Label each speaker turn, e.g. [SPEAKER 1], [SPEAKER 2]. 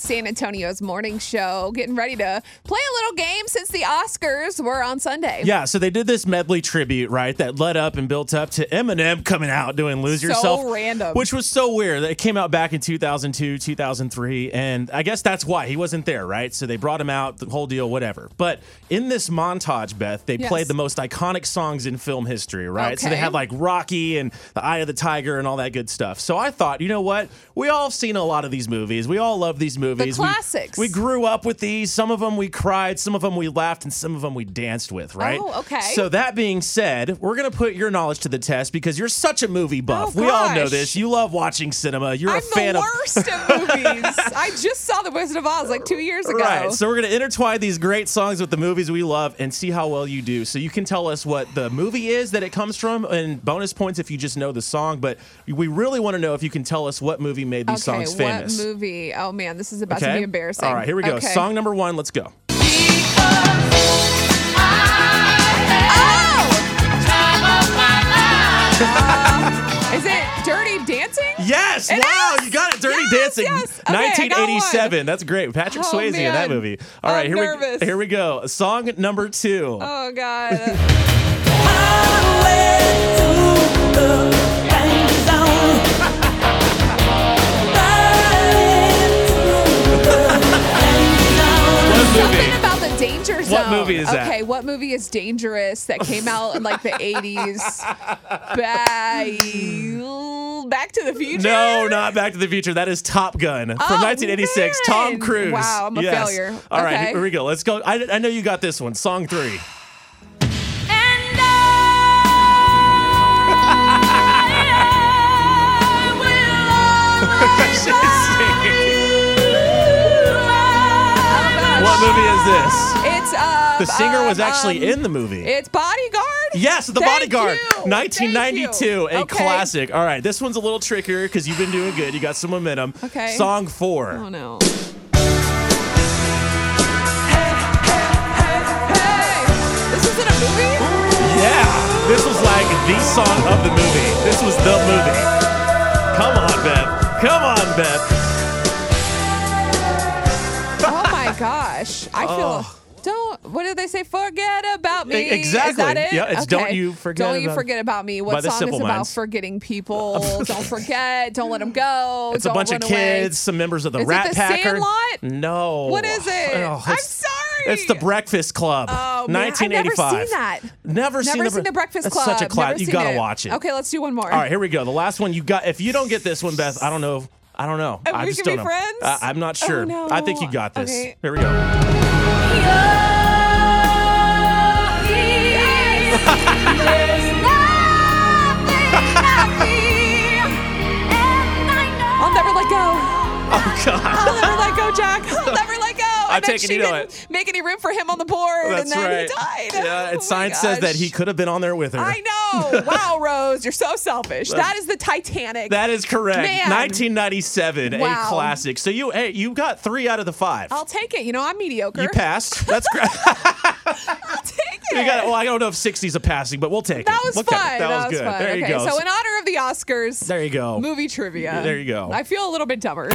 [SPEAKER 1] San Antonio's morning show, getting ready to play a little game since the Oscars were on Sunday.
[SPEAKER 2] Yeah, so they did this medley tribute, right? That led up and built up to Eminem coming out doing "Lose
[SPEAKER 1] So
[SPEAKER 2] Yourself,"
[SPEAKER 1] random.
[SPEAKER 2] which was so weird. It came out back in 2002, 2003, and I guess that's why he wasn't there, right? So they brought him out, the whole deal, whatever. But in this montage, Beth, they
[SPEAKER 1] Yes.
[SPEAKER 2] played the most iconic songs in film history, right? So they
[SPEAKER 1] Okay.
[SPEAKER 2] had like Rocky and The Eye of the Tiger and all that good stuff. So I thought, you know what? We all have seen a lot of these movies. We all love these movies. We-
[SPEAKER 1] classics.
[SPEAKER 2] we grew grew up with these. Some of them we cried, some of them we laughed, and some of them we danced with, right?
[SPEAKER 1] Oh, okay.
[SPEAKER 2] So, that being said, we're going to put your knowledge to the test because you're such a movie buff.
[SPEAKER 1] Oh,
[SPEAKER 2] we all know
[SPEAKER 1] gosh.
[SPEAKER 2] this. You love watching cinema. You're
[SPEAKER 1] I'm
[SPEAKER 2] a fan
[SPEAKER 1] the
[SPEAKER 2] of.
[SPEAKER 1] worst at movies. I just saw The Wizard of Oz like two years ago.
[SPEAKER 2] Right, so we're going to intertwine these great songs with the movies we love and see how well you do. So you can tell us what the movie is that it comes from, and bonus points if you just know the song. But we really want to know if you can tell us what movie made these
[SPEAKER 1] okay,
[SPEAKER 2] songs
[SPEAKER 1] what
[SPEAKER 2] famous.
[SPEAKER 1] movie? Oh man, this is about to be embarrassing.
[SPEAKER 2] All right, here we go.
[SPEAKER 1] Okay.
[SPEAKER 2] Song number one. Let's go.
[SPEAKER 1] Oh! Uh, is it Dirty Dancing?
[SPEAKER 2] Yes!
[SPEAKER 1] It
[SPEAKER 2] wow,
[SPEAKER 1] is!
[SPEAKER 2] you got it. Dirty
[SPEAKER 1] Yes,
[SPEAKER 2] Dancing,
[SPEAKER 1] yes. Okay, I got
[SPEAKER 2] 1987. That's great. Patrick
[SPEAKER 1] Oh,
[SPEAKER 2] Swayze in
[SPEAKER 1] man.
[SPEAKER 2] that movie. All
[SPEAKER 1] I'm
[SPEAKER 2] right, here
[SPEAKER 1] nervous.
[SPEAKER 2] we here we go. Song number two.
[SPEAKER 1] Oh god.
[SPEAKER 2] what
[SPEAKER 1] Something
[SPEAKER 2] movie?
[SPEAKER 1] about the danger zone.
[SPEAKER 2] What movie is that?
[SPEAKER 1] Okay, what movie is dangerous that came out in like the 80s? By... Back to the Future?
[SPEAKER 2] No, not Back to the Future. That is Top Gun from 1986. Tom
[SPEAKER 1] Oh, man.
[SPEAKER 2] Cruise.
[SPEAKER 1] Wow, I'm a
[SPEAKER 2] Yes.
[SPEAKER 1] failure.
[SPEAKER 2] All right,
[SPEAKER 1] Okay.
[SPEAKER 2] here we go. Let's go. I, I know you got this one. Song three. what movie is this?
[SPEAKER 1] It's uh
[SPEAKER 2] The singer was
[SPEAKER 1] um,
[SPEAKER 2] actually
[SPEAKER 1] um,
[SPEAKER 2] in the movie.
[SPEAKER 1] It's Bodyguard?
[SPEAKER 2] Yes, The
[SPEAKER 1] Thank
[SPEAKER 2] Bodyguard,
[SPEAKER 1] you. Thank
[SPEAKER 2] 1992,
[SPEAKER 1] you.
[SPEAKER 2] a
[SPEAKER 1] Okay.
[SPEAKER 2] classic. All right, this one's a little trickier because you've been doing good. You got some momentum.
[SPEAKER 1] Okay.
[SPEAKER 2] Song four.
[SPEAKER 1] Oh no. This isn't a movie?
[SPEAKER 2] Yeah, this was like the song of the movie. This was the movie. Come on, Beth. Come on, Beth.
[SPEAKER 1] Oh my gosh. I feel don't what did they say? Forget about me.
[SPEAKER 2] Oh. E- exactly.
[SPEAKER 1] Is that it?
[SPEAKER 2] Yeah, it's Don't You Forget
[SPEAKER 1] Don't you
[SPEAKER 2] About-
[SPEAKER 1] forget about me.
[SPEAKER 2] by
[SPEAKER 1] What
[SPEAKER 2] the
[SPEAKER 1] song is
[SPEAKER 2] Simple
[SPEAKER 1] about
[SPEAKER 2] Minds.
[SPEAKER 1] forgetting people? don't forget. Don't let them go.
[SPEAKER 2] It's
[SPEAKER 1] don't
[SPEAKER 2] a bunch
[SPEAKER 1] run
[SPEAKER 2] of
[SPEAKER 1] away.
[SPEAKER 2] kids, some members of the
[SPEAKER 1] Is it
[SPEAKER 2] Rat
[SPEAKER 1] The
[SPEAKER 2] Pack. are-
[SPEAKER 1] Sandlot?
[SPEAKER 2] No.
[SPEAKER 1] What is it?
[SPEAKER 2] Oh,
[SPEAKER 1] I'm
[SPEAKER 2] it's-
[SPEAKER 1] sorry.
[SPEAKER 2] It's The Breakfast Club.
[SPEAKER 1] Oh, man, I've never
[SPEAKER 2] 1985.
[SPEAKER 1] seen that.
[SPEAKER 2] Never seen,
[SPEAKER 1] Never
[SPEAKER 2] the,
[SPEAKER 1] seen the
[SPEAKER 2] Bre-
[SPEAKER 1] Breakfast
[SPEAKER 2] That's
[SPEAKER 1] Club.
[SPEAKER 2] Such a class.
[SPEAKER 1] Never
[SPEAKER 2] You
[SPEAKER 1] seen
[SPEAKER 2] gotta watch it.
[SPEAKER 1] Okay, let's do one more.
[SPEAKER 2] All right, here we go. The last one you got. If you don't get this one, Beth, I don't know. I don't know.
[SPEAKER 1] And
[SPEAKER 2] I
[SPEAKER 1] we
[SPEAKER 2] just
[SPEAKER 1] can
[SPEAKER 2] don't
[SPEAKER 1] be
[SPEAKER 2] know.
[SPEAKER 1] friends?
[SPEAKER 2] I- I'm not
[SPEAKER 1] Oh,
[SPEAKER 2] sure.
[SPEAKER 1] no.
[SPEAKER 2] I think you got this.
[SPEAKER 1] Okay.
[SPEAKER 2] Here we go.
[SPEAKER 1] I'll never let go.
[SPEAKER 2] Oh God.
[SPEAKER 1] I'll never let go, Jack. I'll never let go.
[SPEAKER 2] I
[SPEAKER 1] And then
[SPEAKER 2] take it
[SPEAKER 1] she
[SPEAKER 2] you know
[SPEAKER 1] didn't
[SPEAKER 2] it.
[SPEAKER 1] make any room for him on the board, and then he died.
[SPEAKER 2] Yeah,
[SPEAKER 1] Oh
[SPEAKER 2] and
[SPEAKER 1] my
[SPEAKER 2] science says that
[SPEAKER 1] gosh.
[SPEAKER 2] he could have been on there with her.
[SPEAKER 1] I know. Wow, Rose, you're so selfish. That is the Titanic.
[SPEAKER 2] That is correct.
[SPEAKER 1] Man.
[SPEAKER 2] 1997,
[SPEAKER 1] Wow. Oh,
[SPEAKER 2] a classic. So you, hey, you got three out of the 5
[SPEAKER 1] I'll take it. You know, I'm mediocre.
[SPEAKER 2] you passed. That's great.
[SPEAKER 1] I'll take it.
[SPEAKER 2] you got. Well, I don't know if 60's a passing, but we'll take
[SPEAKER 1] That
[SPEAKER 2] it.
[SPEAKER 1] was
[SPEAKER 2] We'll take it.
[SPEAKER 1] fun.
[SPEAKER 2] That, was, good.
[SPEAKER 1] fun.
[SPEAKER 2] There you
[SPEAKER 1] okay,
[SPEAKER 2] go.
[SPEAKER 1] So, in honor of the Oscars,
[SPEAKER 2] there you go.
[SPEAKER 1] movie trivia.
[SPEAKER 2] There you go.
[SPEAKER 1] I feel a little bit dumber.